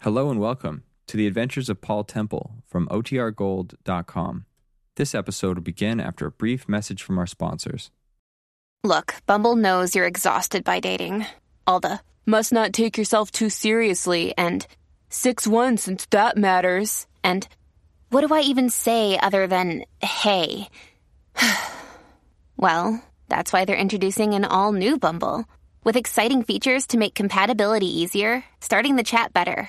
Hello and welcome to the adventures of Paul Temple from OTRGold.com. This episode will begin after a brief message from our sponsors. Look, Bumble knows you're exhausted by dating. All the must not take yourself too seriously and 6 1 since that matters. And what do I even say other than hey? well, that's why they're introducing an all new Bumble with exciting features to make compatibility easier, starting the chat better,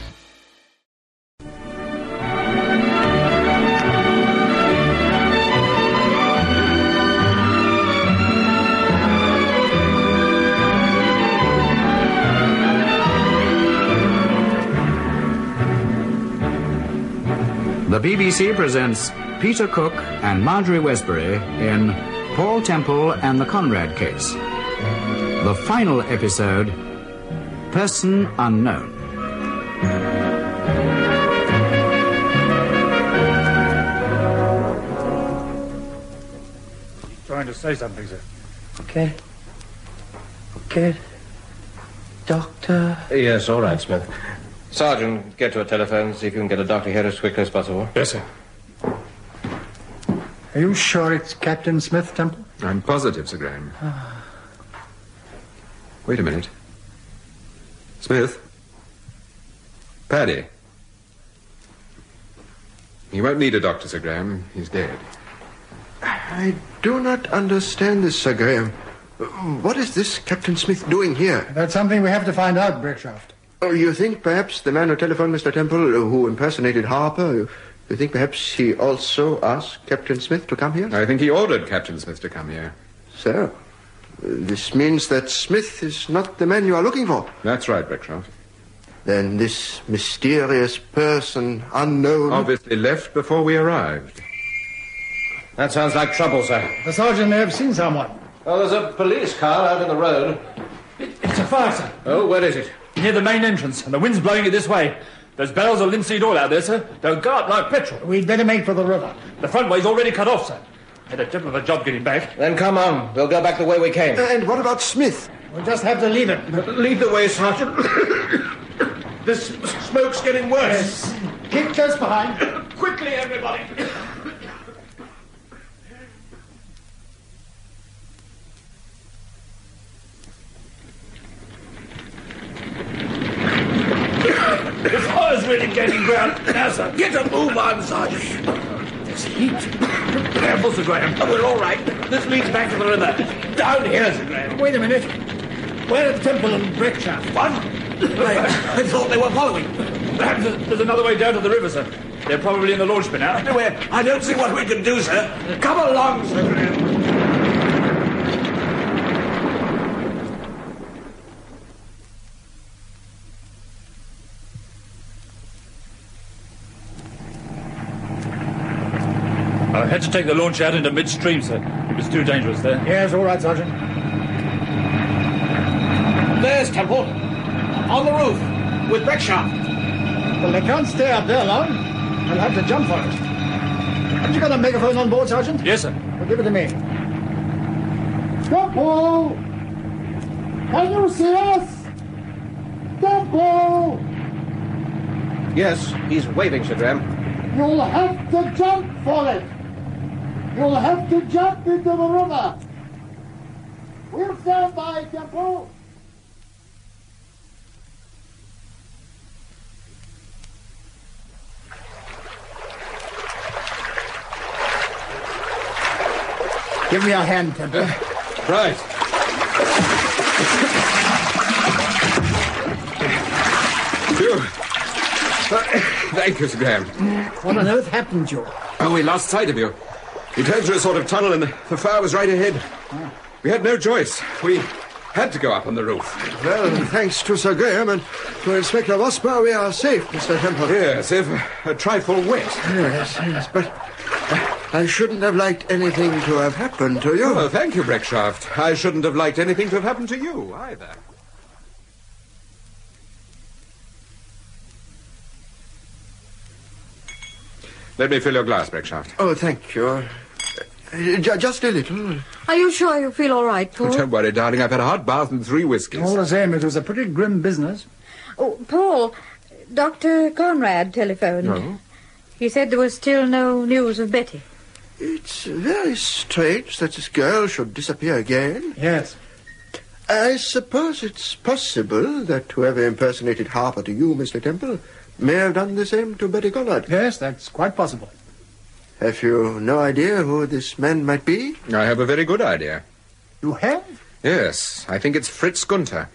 The BBC presents Peter Cook and Marjorie Westbury in Paul Temple and the Conrad Case. The final episode Person Unknown. Trying to say something, sir. Get. Get. Doctor. Yes, all right, Smith. Sergeant, get to a telephone and see if you can get a doctor here as quickly as possible. Yes, sir. Are you sure it's Captain Smith Temple? I'm positive, Sir Graham. Ah. Wait a minute. Smith? Paddy? He won't need a doctor, Sir Graham. He's dead. I do not understand this, Sir Graham. What is this Captain Smith doing here? That's something we have to find out, Brickshaft. Oh, you think perhaps the man who telephoned Mr. Temple, uh, who impersonated Harper, you- you think perhaps he also asked Captain Smith to come here? I think he ordered Captain Smith to come here. So, uh, this means that Smith is not the man you are looking for. That's right, Beckcroft. Then this mysterious person, unknown. Obviously left before we arrived. That sounds like trouble, sir. The sergeant may have seen someone. Oh, there's a police car out on the road. It's a fire, sir. Oh, where is it? Near the main entrance, and the wind's blowing it this way. There's barrels of linseed oil out there, sir. They'll go up like petrol. We'd better make for the river. The front way's already cut off, sir. Had a jump of a job getting back. Then come on. We'll go back the way we came. And what about Smith? We'll just have to leave it. Lead the way, Sergeant. this smoke's getting worse. Keep close behind. Quickly, everybody. the fire's really gaining ground. Now, sir, get a move on, Sergeant. There's heat. Careful, Sir Graham. we're Oh, all right. This leads back to the river. Down here, Sir Graham. Wait a minute. Where are Temple and Brickshaft? What? I thought they were following. Perhaps there's there's another way down to the river, sir. They're probably in the launch bin now. Anyway, I don't see what we can do, sir. Come along, sir. I had to take the launch out into midstream, sir. It was too dangerous there. Yes, all right, sergeant. There's Temple. On the roof. With Breckshaft. Well, they can't stay up there long. I'll have to jump for it. Have you got a megaphone on board, sergeant? Yes, sir. Well, give it to me. Temple! Can you see us? Temple! Yes, he's waving, Sir Graham. You'll have to jump for it. You'll have to jump into the river. We'll stand by, Temple. Give me a hand, Temple. Right. Phew. Thank you, Sir Graham. What on earth happened to you? Oh, we lost sight of you. You turned through a sort of tunnel and the, the fire was right ahead. We had no choice. We Had to go up on the roof. Well, thanks to Sir Graham and to Inspector Vosper, we are safe, Mr. Temple. Yes, if a trifle wet. Yes, yes, but I shouldn't have liked anything to have happened to you. Oh, thank you, Breckshaft. I shouldn't have liked anything to have happened to you either. Let me fill your glass, Breckshaft. Oh, thank you. Uh, ju- just a little. Are you sure you feel all right, Paul? Don't worry, darling. I've had a hot bath and three whiskeys. All the same, it was a pretty grim business. Oh, Paul, Dr. Conrad telephoned. No. He said there was still no news of Betty. It's very strange that this girl should disappear again. Yes. I suppose it's possible that whoever impersonated Harper to you, Mr. Temple, may have done the same to Betty Conrad. Yes, that's quite possible. Have you no idea who this man might be? I have a very good idea. You have? Yes, I think it's Fritz Gunther.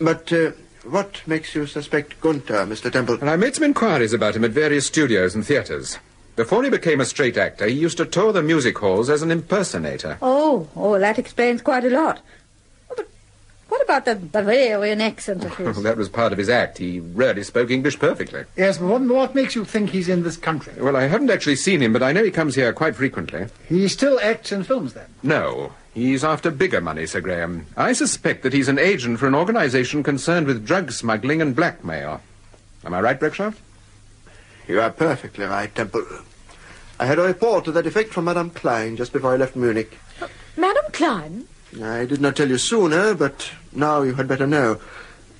But uh, what makes you suspect Gunther, Mr. Temple? And I made some inquiries about him at various studios and theatres. Before he became a straight actor, he used to tour the music halls as an impersonator. Oh, oh, that explains quite a lot. Oh, But what about the Bavarian accent of Well, his? that was part of his act. He really spoke English perfectly. Yes, but what, what makes you think he's in this country? Well, I haven't actually seen him, but I know he comes here quite frequently. He still acts in films, then. No, he's after bigger money, Sir Graham. I suspect that he's an agent for an organization concerned with drug smuggling and blackmail. Am I right, Breckshaft? You are perfectly right, Temple. I had a report to that effect from Madame Klein just before I left Munich. Madame Klein? I did not tell you sooner, but now you had better know.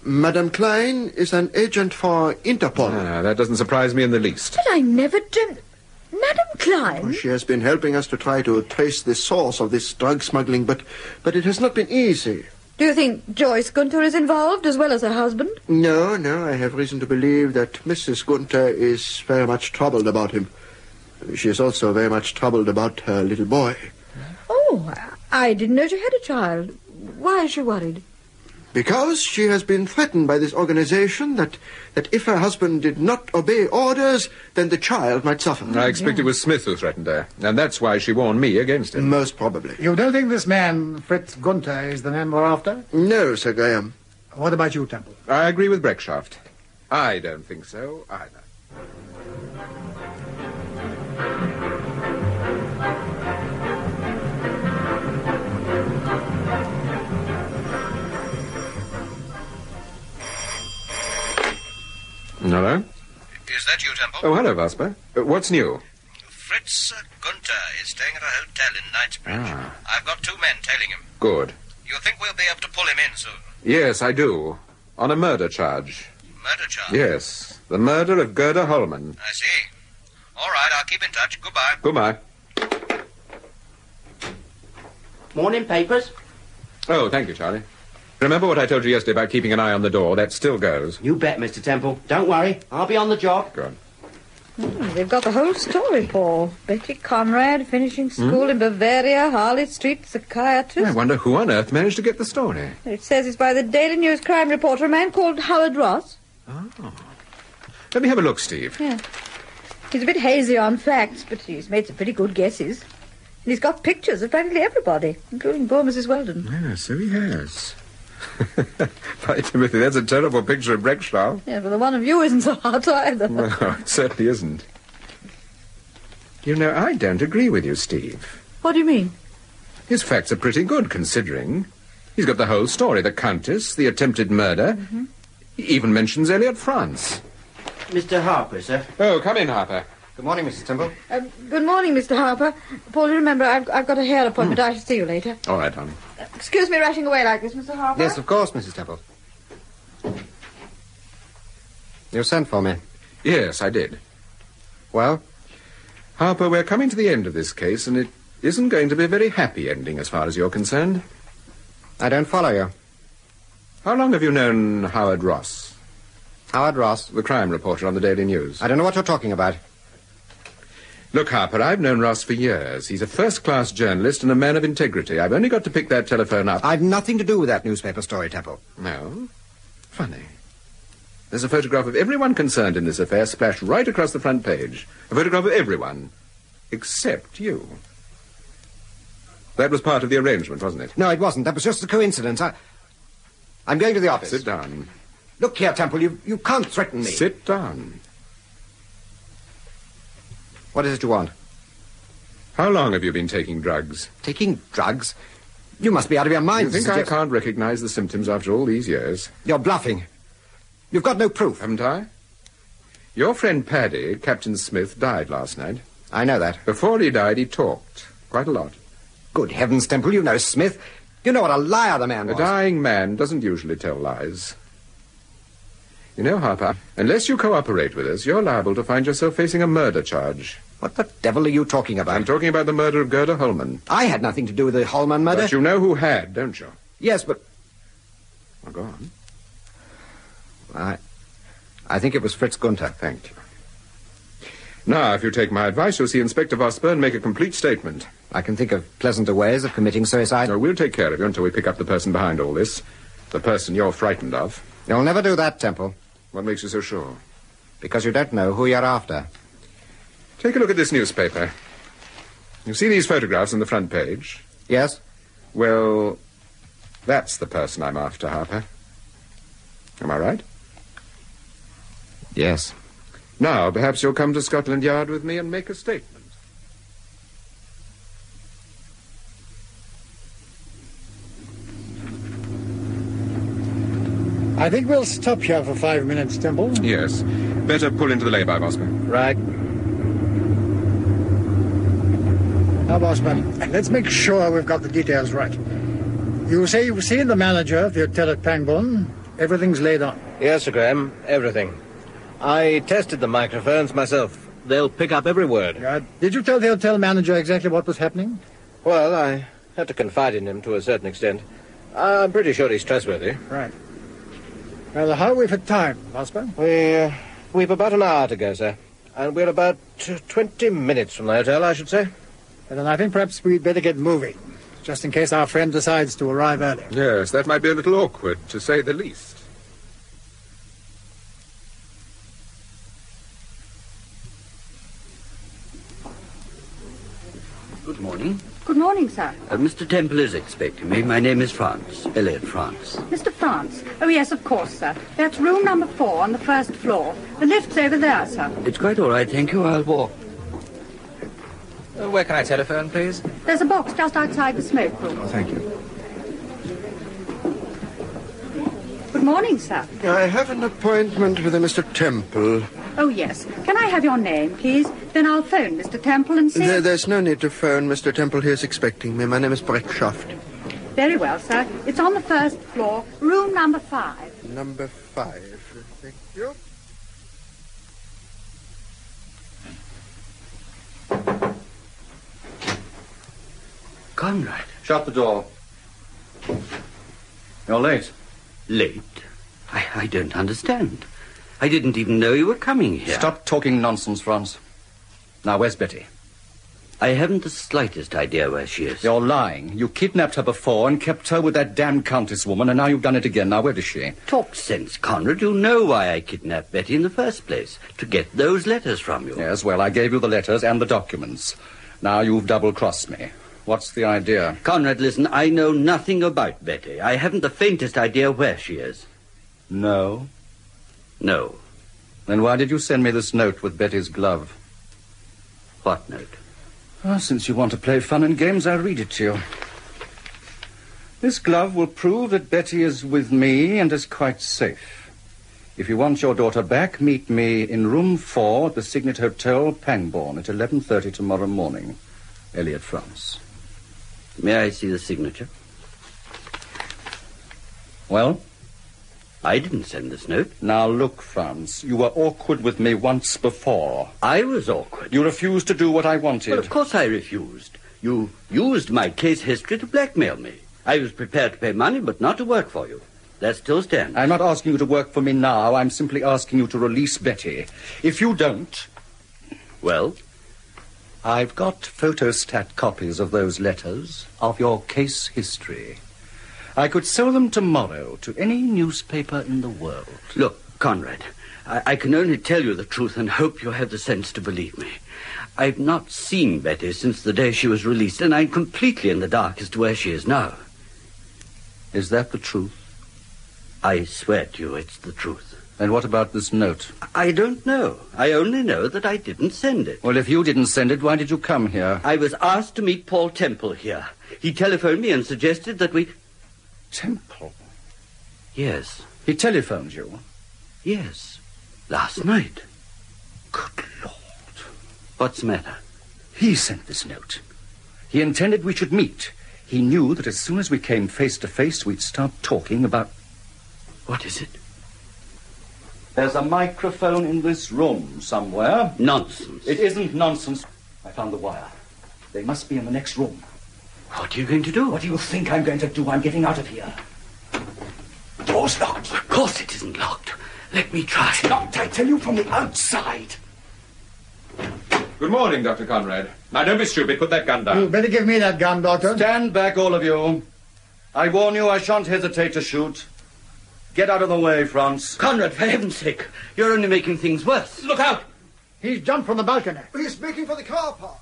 Madame Klein is an agent for Interpol. No, Ah, that doesn't surprise me in the least. But I never dreamt. Madame Klein? She has been helping us to try to trace the source of this drug smuggling, but but it has not been easy. Do you think Joyce Gunter is involved as well as her husband? No, no, I have reason to believe that Mrs. Gunther is very much troubled about him. She is also very much troubled about her little boy. Oh, I didn't know you had a child. Why is she worried? Because she has been threatened by this organization that, that if her husband did not obey orders, then the child might suffer. I expect it was Smith who threatened her, and that's why she warned me against him. Most probably. You don't think this man, Fritz Gunther, is the man we're after? No, Sir Graham. What about you, Temple? I agree with Breckshaft. I don't think so either. Hello? Is that you, Temple? Oh, hello, Vasper. Uh, what's new? Fritz uh, Gunther is staying at a hotel in Knightsbridge. Ah. I've got two men tailing him. Good. You think we'll be able to pull him in soon? Yes, I do. On a murder charge. Murder charge? Yes. The murder of Gerda Holman. I see. All right, I'll keep in touch. Goodbye. Goodbye. Morning papers? Oh, thank you, Charlie. Remember what I told you yesterday about keeping an eye on the door? That still goes. You bet, Mr. Temple. Don't worry. I'll be on the job. Good. Hmm, they've got the whole story, Paul. Betty Conrad finishing Hmm? school in Bavaria, Harley Street psychiatrist. I wonder who on earth managed to get the story. It says it's by the Daily News crime reporter, a man called Howard Ross. Let me have a look, Steve. Yeah. He's a bit hazy on facts, but he's made some pretty good guesses. And he's got pictures of practically everybody, including poor Mrs. Weldon. Yeah, so he has. By Timothy, that's a terrible picture of Breckshaw. Yeah, but the one of you isn't so hot either. No, it certainly isn't. You know, I don't agree with you, Steve. What do you mean? His facts are pretty good, considering. He's got the whole story the Countess, the attempted murder. He even mentions Elliot France. Mr. Harper, sir. Oh, come in, Harper. Good morning, Mr. Temple. Um, good morning, Mr. Harper. Paul, you remember, I've, I've got a hair appointment. Hmm. I shall see you later. All right, darling. Excuse me rushing away like this, Mr. Harper. Yes, of course, Mrs. Temple. You sent for me. Yes, I did. Well? Harper, we're coming to the end of this case, and it isn't going to be a very happy ending as far as you're concerned. I don't follow you. How long have you known Howard Ross? Howard Ross? The crime reporter on the Daily News. I don't know what you're talking about. Look, Harper, I've known Ross for years. He's a first class journalist and a man of integrity. I've only got to pick that telephone up. I've nothing to do with that newspaper story, Temple. No? Funny. There's a photograph of everyone concerned in this affair splashed right across the front page. A photograph of everyone. Except you. That was part of the arrangement, wasn't it? No, it wasn't. That was just a coincidence. I... I'm going to the office. Sit down. Look here, Temple, you, you can't threaten me. Sit down. What is it you want? How long have you been taking drugs? Taking drugs? You must be out of your mind. You think I can't recognize the symptoms after all these years? You're bluffing. You've got no proof. Haven't I? Your friend Paddy, Captain Smith, died last night. I know that. Before he died, he talked quite a lot. Good heavens, Temple, you know Smith. You know what a liar the man was. A dying man doesn't usually tell lies. You know, Harper, unless you cooperate with us, you're liable to find yourself facing a murder charge. What the devil are you talking about? I'm talking about the murder of Gerda Holman. I had nothing to do with the Holman murder. But you know who had, don't you? Yes, but. Well, go on. I. I think it was Fritz Gunther. Thank you. Now, if you take my advice, you'll see Inspector Vosburn make a complete statement. I can think of pleasanter ways of committing suicide. No, we'll take care of you until we pick up the person behind all this. The person you're frightened of. You'll never do that, Temple. What makes you so sure? Because you don't know who you're after. Take a look at this newspaper. You see these photographs on the front page? Yes. Well, that's the person I'm after, Harper. Am I right? Yes. Now, perhaps you'll come to Scotland Yard with me and make a statement. I think we'll stop here for five minutes, Temple. Yes. Better pull into the lay-by, Bosman. Right. Now, Bosman, let's make sure we've got the details right. You say you've seen the manager of the hotel at Pangbourne. Everything's laid on. Yes, Sir Graham, everything. I tested the microphones myself. They'll pick up every word. Uh, did you tell the hotel manager exactly what was happening? Well, I had to confide in him to a certain extent. I'm pretty sure he's trustworthy. Right. Well, how are we for time, Osborne? We, uh, we've about an hour to go, sir. And we're about uh, 20 minutes from the hotel, I should say. And then I think perhaps we'd better get moving, just in case our friend decides to arrive early. Yes, that might be a little awkward, to say the least. Good morning. Good morning, sir. Uh, Mr. Temple is expecting me. My name is France, Elliot France. Mr. France. Oh, yes, of course, sir. That's room number four on the first floor. The lift's over there, sir. It's quite all right, thank you. I'll walk. Uh, where can I telephone, please? There's a box just outside the smoke room. Oh, thank you. Good morning, sir. I have an appointment with a Mr. Temple. Oh, yes. Can I have your name, please? Then I'll phone Mr. Temple and see. There, there's no need to phone. Mr. Temple He is expecting me. My name is Breckschaft. Very well, sir. It's on the first floor, room number five. Number five. Thank you. Conrad. Shut the door. You're late. Late? I, I don't understand. I didn't even know you were coming here. Stop talking nonsense, Franz. Now, where's Betty? I haven't the slightest idea where she is. You're lying. You kidnapped her before and kept her with that damned countess woman, and now you've done it again. Now, where is she? Talk sense, Conrad. You know why I kidnapped Betty in the first place. To get those letters from you. Yes, well, I gave you the letters and the documents. Now you've double-crossed me. What's the idea? Conrad, listen, I know nothing about Betty. I haven't the faintest idea where she is. No? No. Then why did you send me this note with Betty's glove? What note? Well, since you want to play fun and games, I'll read it to you. This glove will prove that Betty is with me and is quite safe. If you want your daughter back, meet me in room four at the Signet Hotel, Pangbourne, at 11.30 tomorrow morning. Elliot France. May I see the signature? Well? I didn't send this note. Now look, Franz, you were awkward with me once before. I was awkward. You refused to do what I wanted. Well, of course I refused. You used my case history to blackmail me. I was prepared to pay money, but not to work for you. That still stands. I'm not asking you to work for me now. I'm simply asking you to release Betty. If you don't. Well? I've got photostat copies of those letters, of your case history. I could sell them tomorrow to any newspaper in the world. Look, Conrad, I, I, can only tell you the truth and hope you have the sense to believe me. I've not seen Betty since the day she was released, and I'm completely in the dark as to where she is now. Is that the truth? I swear to you, it's the truth. And what about this note? I don't know. I only know that I didn't send it. Well, if you didn't send it, why did you come here? I was asked to meet Paul Temple here. He telephoned me and suggested that we. Temple? Yes. He telephoned you? Yes. Last night. Good Lord. What's the matter? He sent this note. He intended we should meet. He knew that as soon as we came face to face, we'd start talking about. What is it? There's a microphone in this room somewhere. Nonsense. It isn't nonsense. I found the wire. They must be in the next room. What are you going to do? What do you think I'm going to do? I'm getting out of here. Door's locked. Of course it isn't locked. Let me try. It's locked, I tell you, from the outside. Good morning, Dr. Conrad. Now, don't be stupid. Put that gun down. You better give me that gun, Doctor. Stand back, all of you. I warn you, I shan't hesitate to shoot. Get out of the way, Franz. Conrad, for heaven's sake, you're only making things worse. Look out! He's jumped from the balcony. He's making for the car park.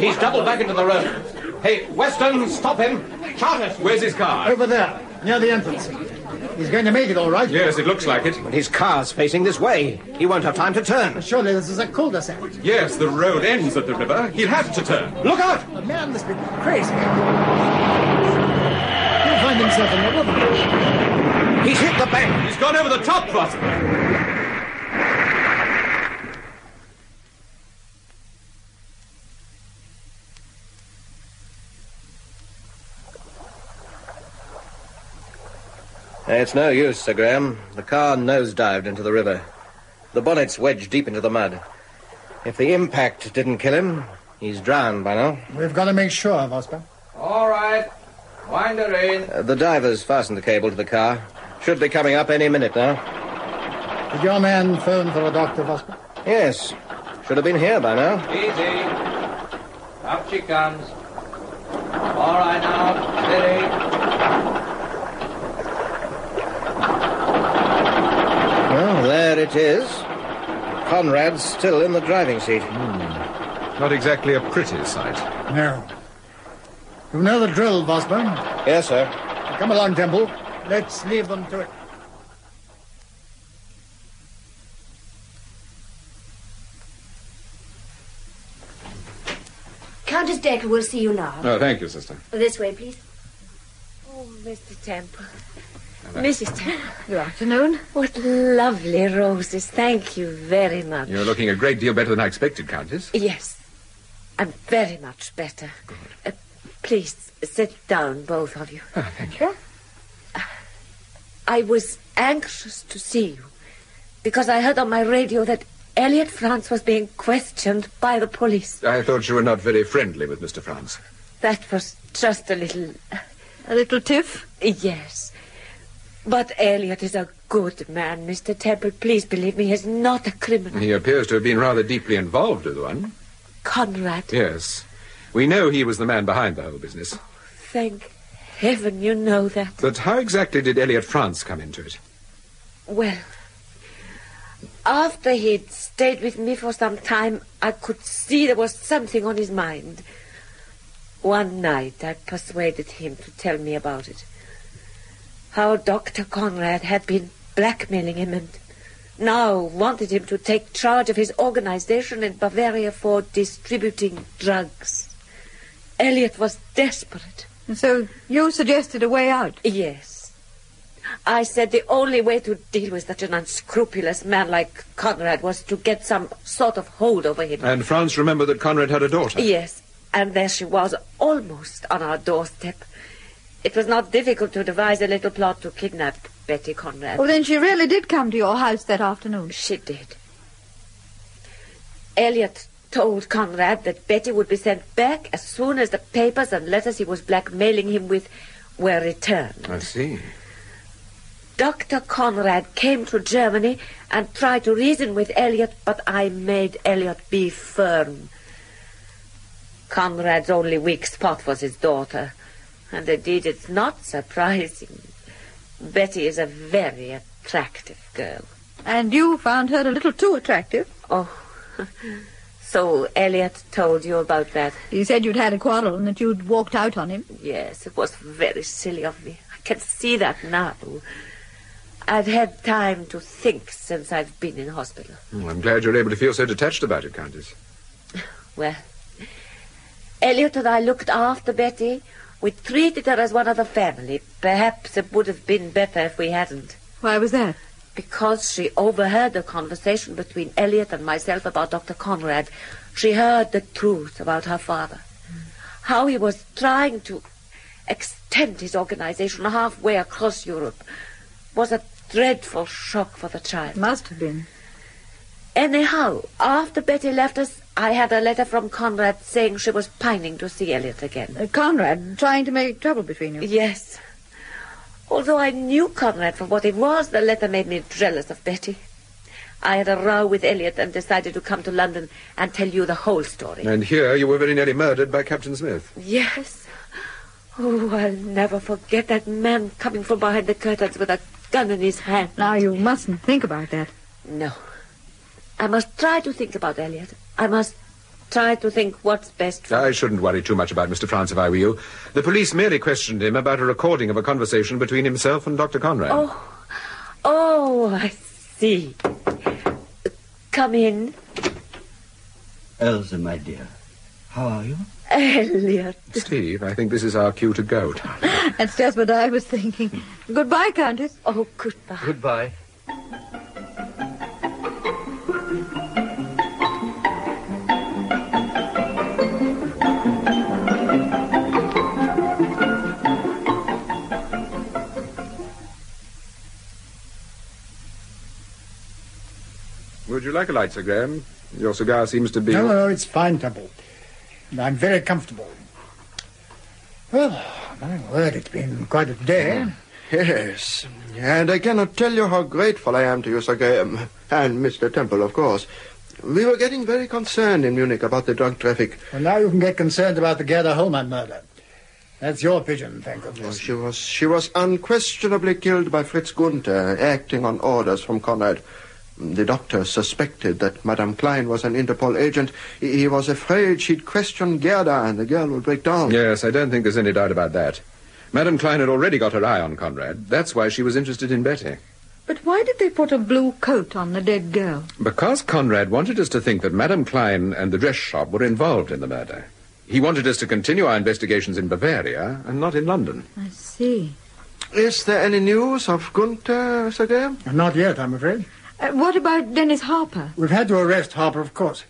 He's doubled back into the road. Hey, Weston, stop him. Shot it. Where's his car? Over there, near the entrance. He's going to make it, all right. Yes, it looks like it. But his car's facing this way. He won't have time to turn. But surely this is a cul-de-sac. Yes, the road ends at the river. He'll have to turn. Look out! The man must be crazy. He'll find himself in the wood. He's hit the bank. He's gone over the top, Foster. It's no use, Sir Graham. The car nosedived into the river. The bonnet's wedged deep into the mud. If the impact didn't kill him, he's drowned by now. We've got to make sure, Vosper. All right. Wind her in. Uh, the divers fastened the cable to the car. Should be coming up any minute now. Did your man phone for a doctor, Vosper? Yes. Should have been here by now. Easy. Up she comes. All right now. Steady. There it is. Conrad's still in the driving seat. Hmm. Not exactly a pretty sight. No. You know the drill, Bosman. Yes, sir. Come along, Temple. Let's leave them to it. Countess Decker will see you now. Oh, thank you, sister. This way, please. Oh, Mr. Temple. Mrs. Temple. Good afternoon. What lovely roses. Thank you very much. You're looking a great deal better than I expected, Countess. Yes. I'm very much better. Good. Uh, please, sit down, both of you. Oh, thank you. Uh, I was anxious to see you because I heard on my radio that Elliot France was being questioned by the police. I thought you were not very friendly with Mr. France. That was just a little. A little tiff? Yes. But Elliot is a good man, Mr. Temple. Please believe me, he's not a criminal. He appears to have been rather deeply involved with one. Conrad? Yes. We know he was the man behind the whole business. Oh, thank heaven you know that. But how exactly did Elliot France come into it? Well, after he'd stayed with me for some time, I could see there was something on his mind. One night I persuaded him to tell me about it how Dr. Conrad had been blackmailing him and now wanted him to take charge of his organization in Bavaria for distributing drugs. Elliot was desperate. And so you suggested a way out? Yes. I said the only way to deal with such an unscrupulous man like Conrad was to get some sort of hold over him. And Franz remembered that Conrad had a daughter. Yes, and there she was, almost on our doorstep. It was not difficult to devise a little plot to kidnap Betty Conrad. Oh, then she really did come to your house that afternoon. She did. Elliot told Conrad that Betty would be sent back as soon as the papers and letters he was blackmailing him with were returned. I see. Dr. Conrad came to Germany and tried to reason with Elliot, but I made Elliot be firm. Conrad's only weak spot was his daughter. And indeed, it's not surprising. Betty is a very attractive girl. And you found her a little too attractive. Oh. So Elliot told you about that? He said you'd had a quarrel and that you'd walked out on him. Yes, it was very silly of me. I can see that now. I've had time to think since I've been in hospital. Well, I'm glad you're able to feel so detached about it, Countess. Well, Elliot and I looked after Betty. We treated her as one of the family. Perhaps it would have been better if we hadn't. Why was that? Because she overheard the conversation between Elliot and myself about Dr. Conrad. She heard the truth about her father. How he was trying to extend his organization halfway across Europe was a dreadful shock for the child. Must have been. Anyhow, after Betty left us, I had a letter from Conrad saying she was pining to see Elliot again. Uh, Conrad trying to make trouble between you. Yes. Although I knew Conrad for what he was, the letter made me jealous of Betty. I had a row with Elliot and decided to come to London and tell you the whole story. And here you were very nearly murdered by Captain Smith. Yes. Oh, I'll never forget that man coming from behind the curtains with a gun in his hand. Now, you mustn't think about that. No. I must try to think about Elliot. I must try to think what's best for I shouldn't worry too much about Mr. France if I were you. The police merely questioned him about a recording of a conversation between himself and Dr. Conrad. Oh, oh, I see. Come in, Elsa, my dear. How are you? Elliot. Steve, I think this is our cue to go. That's just what I was thinking. Goodbye, Countess. Oh, goodbye. Goodbye. Would you like a light, Sir Graham? Your cigar seems to be. No, no, it's fine, Temple. And I'm very comfortable. Well, my word, it's been quite a day. Yes, and I cannot tell you how grateful I am to you, Sir Graham, and Mr. Temple, of course. We were getting very concerned in Munich about the drug traffic. Well, now you can get concerned about the Gerda Hollmann murder. That's your pigeon, thank Oh, goodness. she was she was unquestionably killed by Fritz Gunther, acting on orders from Conrad. The doctor suspected that Madame Klein was an Interpol agent. He he was afraid she'd question Gerda and the girl would break down. Yes, I don't think there's any doubt about that. Madame Klein had already got her eye on Conrad. That's why she was interested in Betty. But why did they put a blue coat on the dead girl? Because Conrad wanted us to think that Madame Klein and the dress shop were involved in the murder. He wanted us to continue our investigations in Bavaria and not in London. I see. Is there any news of Gunther, Sir Graham? Not yet, I'm afraid. Uh, what about Dennis Harper? We've had to arrest Harper, of course.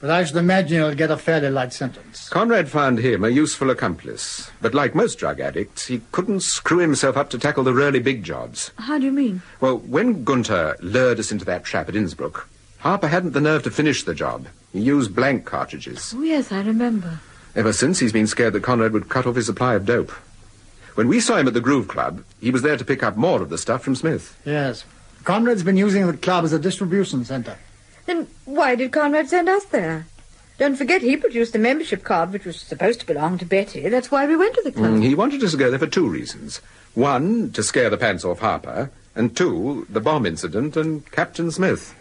But I should imagine he'll get a fairly light sentence. Conrad found him a useful accomplice, but like most drug addicts, he couldn't screw himself up to tackle the really big jobs. How do you mean? Well, when Gunther lured us into that trap at Innsbruck, Harper hadn't the nerve to finish the job. He used blank cartridges. Oh, yes, I remember. Ever since, he's been scared that Conrad would cut off his supply of dope. When we saw him at the Groove Club, he was there to pick up more of the stuff from Smith. Yes. Conrad's been using the club as a distribution center. Then why did Conrad send us there? Don't forget he produced a membership card which was supposed to belong to Betty. That's why we went to the club. Mm, he wanted us to go there for two reasons. One, to scare the pants off Harper, and two, the bomb incident and Captain Smith.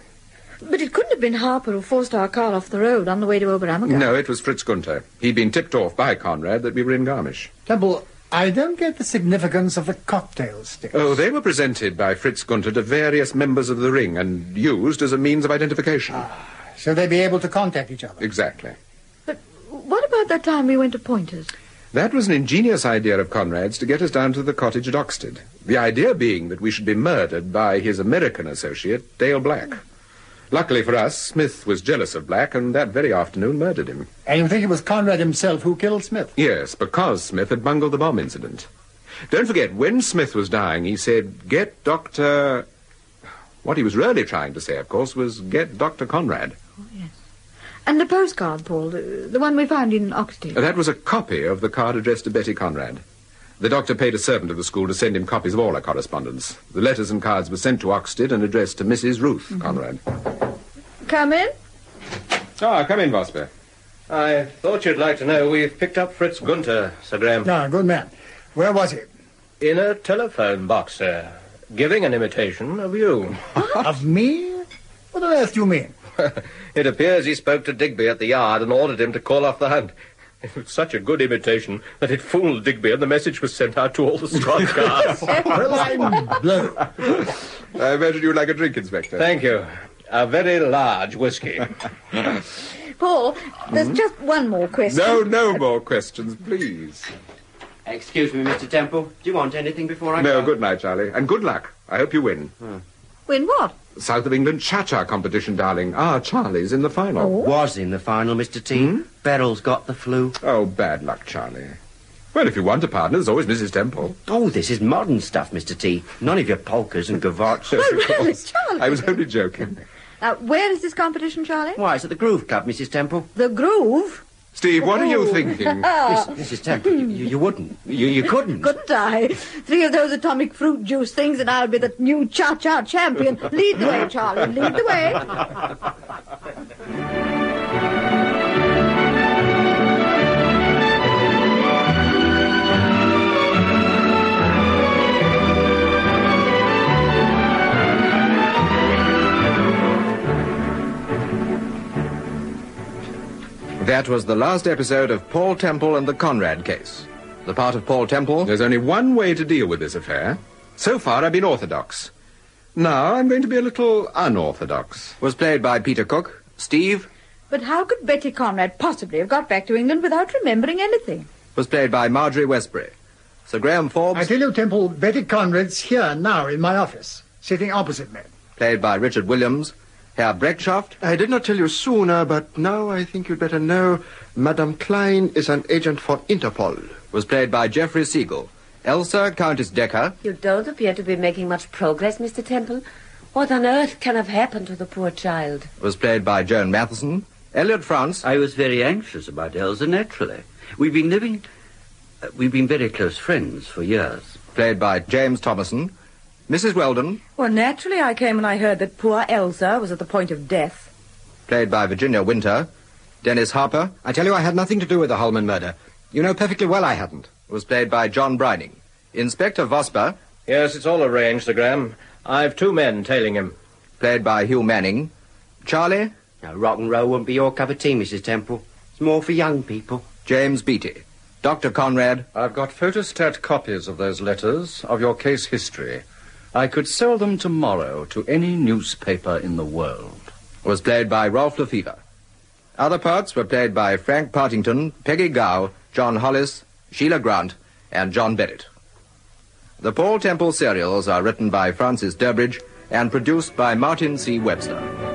But it couldn't have been Harper who forced our car off the road on the way to Oberammergau. No, it was Fritz Gunther. He'd been tipped off by Conrad that we were in Garmisch. Temple, I don't get the significance of the cocktail stick. Oh, they were presented by Fritz Gunther to various members of the ring and used as a means of identification. Shall they be able to contact each other? Exactly. What about that time we went to Pointers? That was an ingenious idea of Conrad's to get us down to the cottage at Oxted. The idea being that we should be murdered by his American associate, Dale Black. Luckily for us, Smith was jealous of Black and that very afternoon murdered him. And you think it was Conrad himself who killed Smith? Yes, because Smith had bungled the bomb incident. Don't forget, when Smith was dying, he said, Get Dr. What he was really trying to say, of course, was get Dr. Conrad. And the postcard, Paul, the, the one we found in Oxted. That was a copy of the card addressed to Betty Conrad. The doctor paid a servant of the school to send him copies of all her correspondence. The letters and cards were sent to Oxted and addressed to Mrs. Ruth Conrad. Come in. Ah, come in, Vosper. I thought you'd like to know we've picked up Fritz Ah, Gunther, Sir Graham. No, good man. Where was he? In a telephone box, sir. Giving an imitation of you. of me? What on earth do you mean? It appears he spoke to Digby at the yard and ordered him to call off the hunt. It was such a good imitation that it fooled Digby, and the message was sent out to all the strike cars. Well, I'm blown. I imagine you like a drink, Inspector. Thank you. A very large whiskey. Paul, there's just one more question. no, no more questions, please. Excuse me, Mr. Temple. Do you want anything before I No, go? Hmm. good night, Charlie, and good luck. I hope you win. When what? South of England cha-cha competition, darling. Ah, Charlie's in the final. Hmm? Was in the final, Mr. T. Beryl's got the flu. Oh, bad luck, Charlie. Well, if you want a partner, there's always Mrs. Temple. Oh, this is modern stuff, Mr. T. None of your polkas and gavottes. Oh, really, Charlie? I was only joking. Now, where is this competition, Charlie? Why, is it the Groove Club, Mrs. Temple? The Groove? Steve, what are Oh. you Ooh. thinking? Miss, Mrs. Temple, you, you wouldn't. You, you couldn't. Couldn't I? Three of those atomic fruit juice things, and I'll be the new cha-cha champion. Lead the way, Charlie. Lead the way. That was the last episode of Paul Temple and the Conrad case. The part of Paul Temple? There's only one way to deal with this affair. So far, I've been orthodox. Ah, Now I'm going to be a little unorthodox. Was played by Peter Cook, Steve But how could Betty Conrad possibly have got back to England without remembering anything? was played by Marjorie Westbury. Sir Graham Forbes I tell you, Temple, Betty Conrad's here now in my office, sitting opposite me. played by Richard Williams, Herr Breckschaft. I did not tell you sooner, but now I think you'd better know Madame Klein is an agent for Interpol. was played by Geoffrey Siegel, Elsa Countess Decker, You don't appear to be making much progress, Mr. Temple. What on earth can have happened to the poor child? was played by Joan Matheson, Elliot France. I was very anxious about Elsa, naturally. We've been living. uh, we've been very close friends for years. Played by James Thomason, Mrs. Weldon, Well, naturally, I came and I heard that poor Elsa was at the point of death. played by Virginia Winter, Dennis Harper. I tell you, I had nothing to do with the Holman murder. You know perfectly well I hadn't. Was played by John Brining, Inspector Vosper. Yes, it's all arranged, Sir Graham. I've two men tailing him. Played by Hugh Manning, Charlie. Now, rock and roll won't be your cup of tea, Mrs. Temple. It's more for young people. James Beatty, Dr. Conrad. I've got photostat copies of those letters, of your case history. I could sell them tomorrow to any newspaper in the world. Was played by Rolf Lefevre. Other parts were played by Frank Partington, Peggy Gow, John Hollis, Sheila Grant, and John Bennett. The Paul Temple serials are written by Francis Durbridge and produced by Martin C. Webster.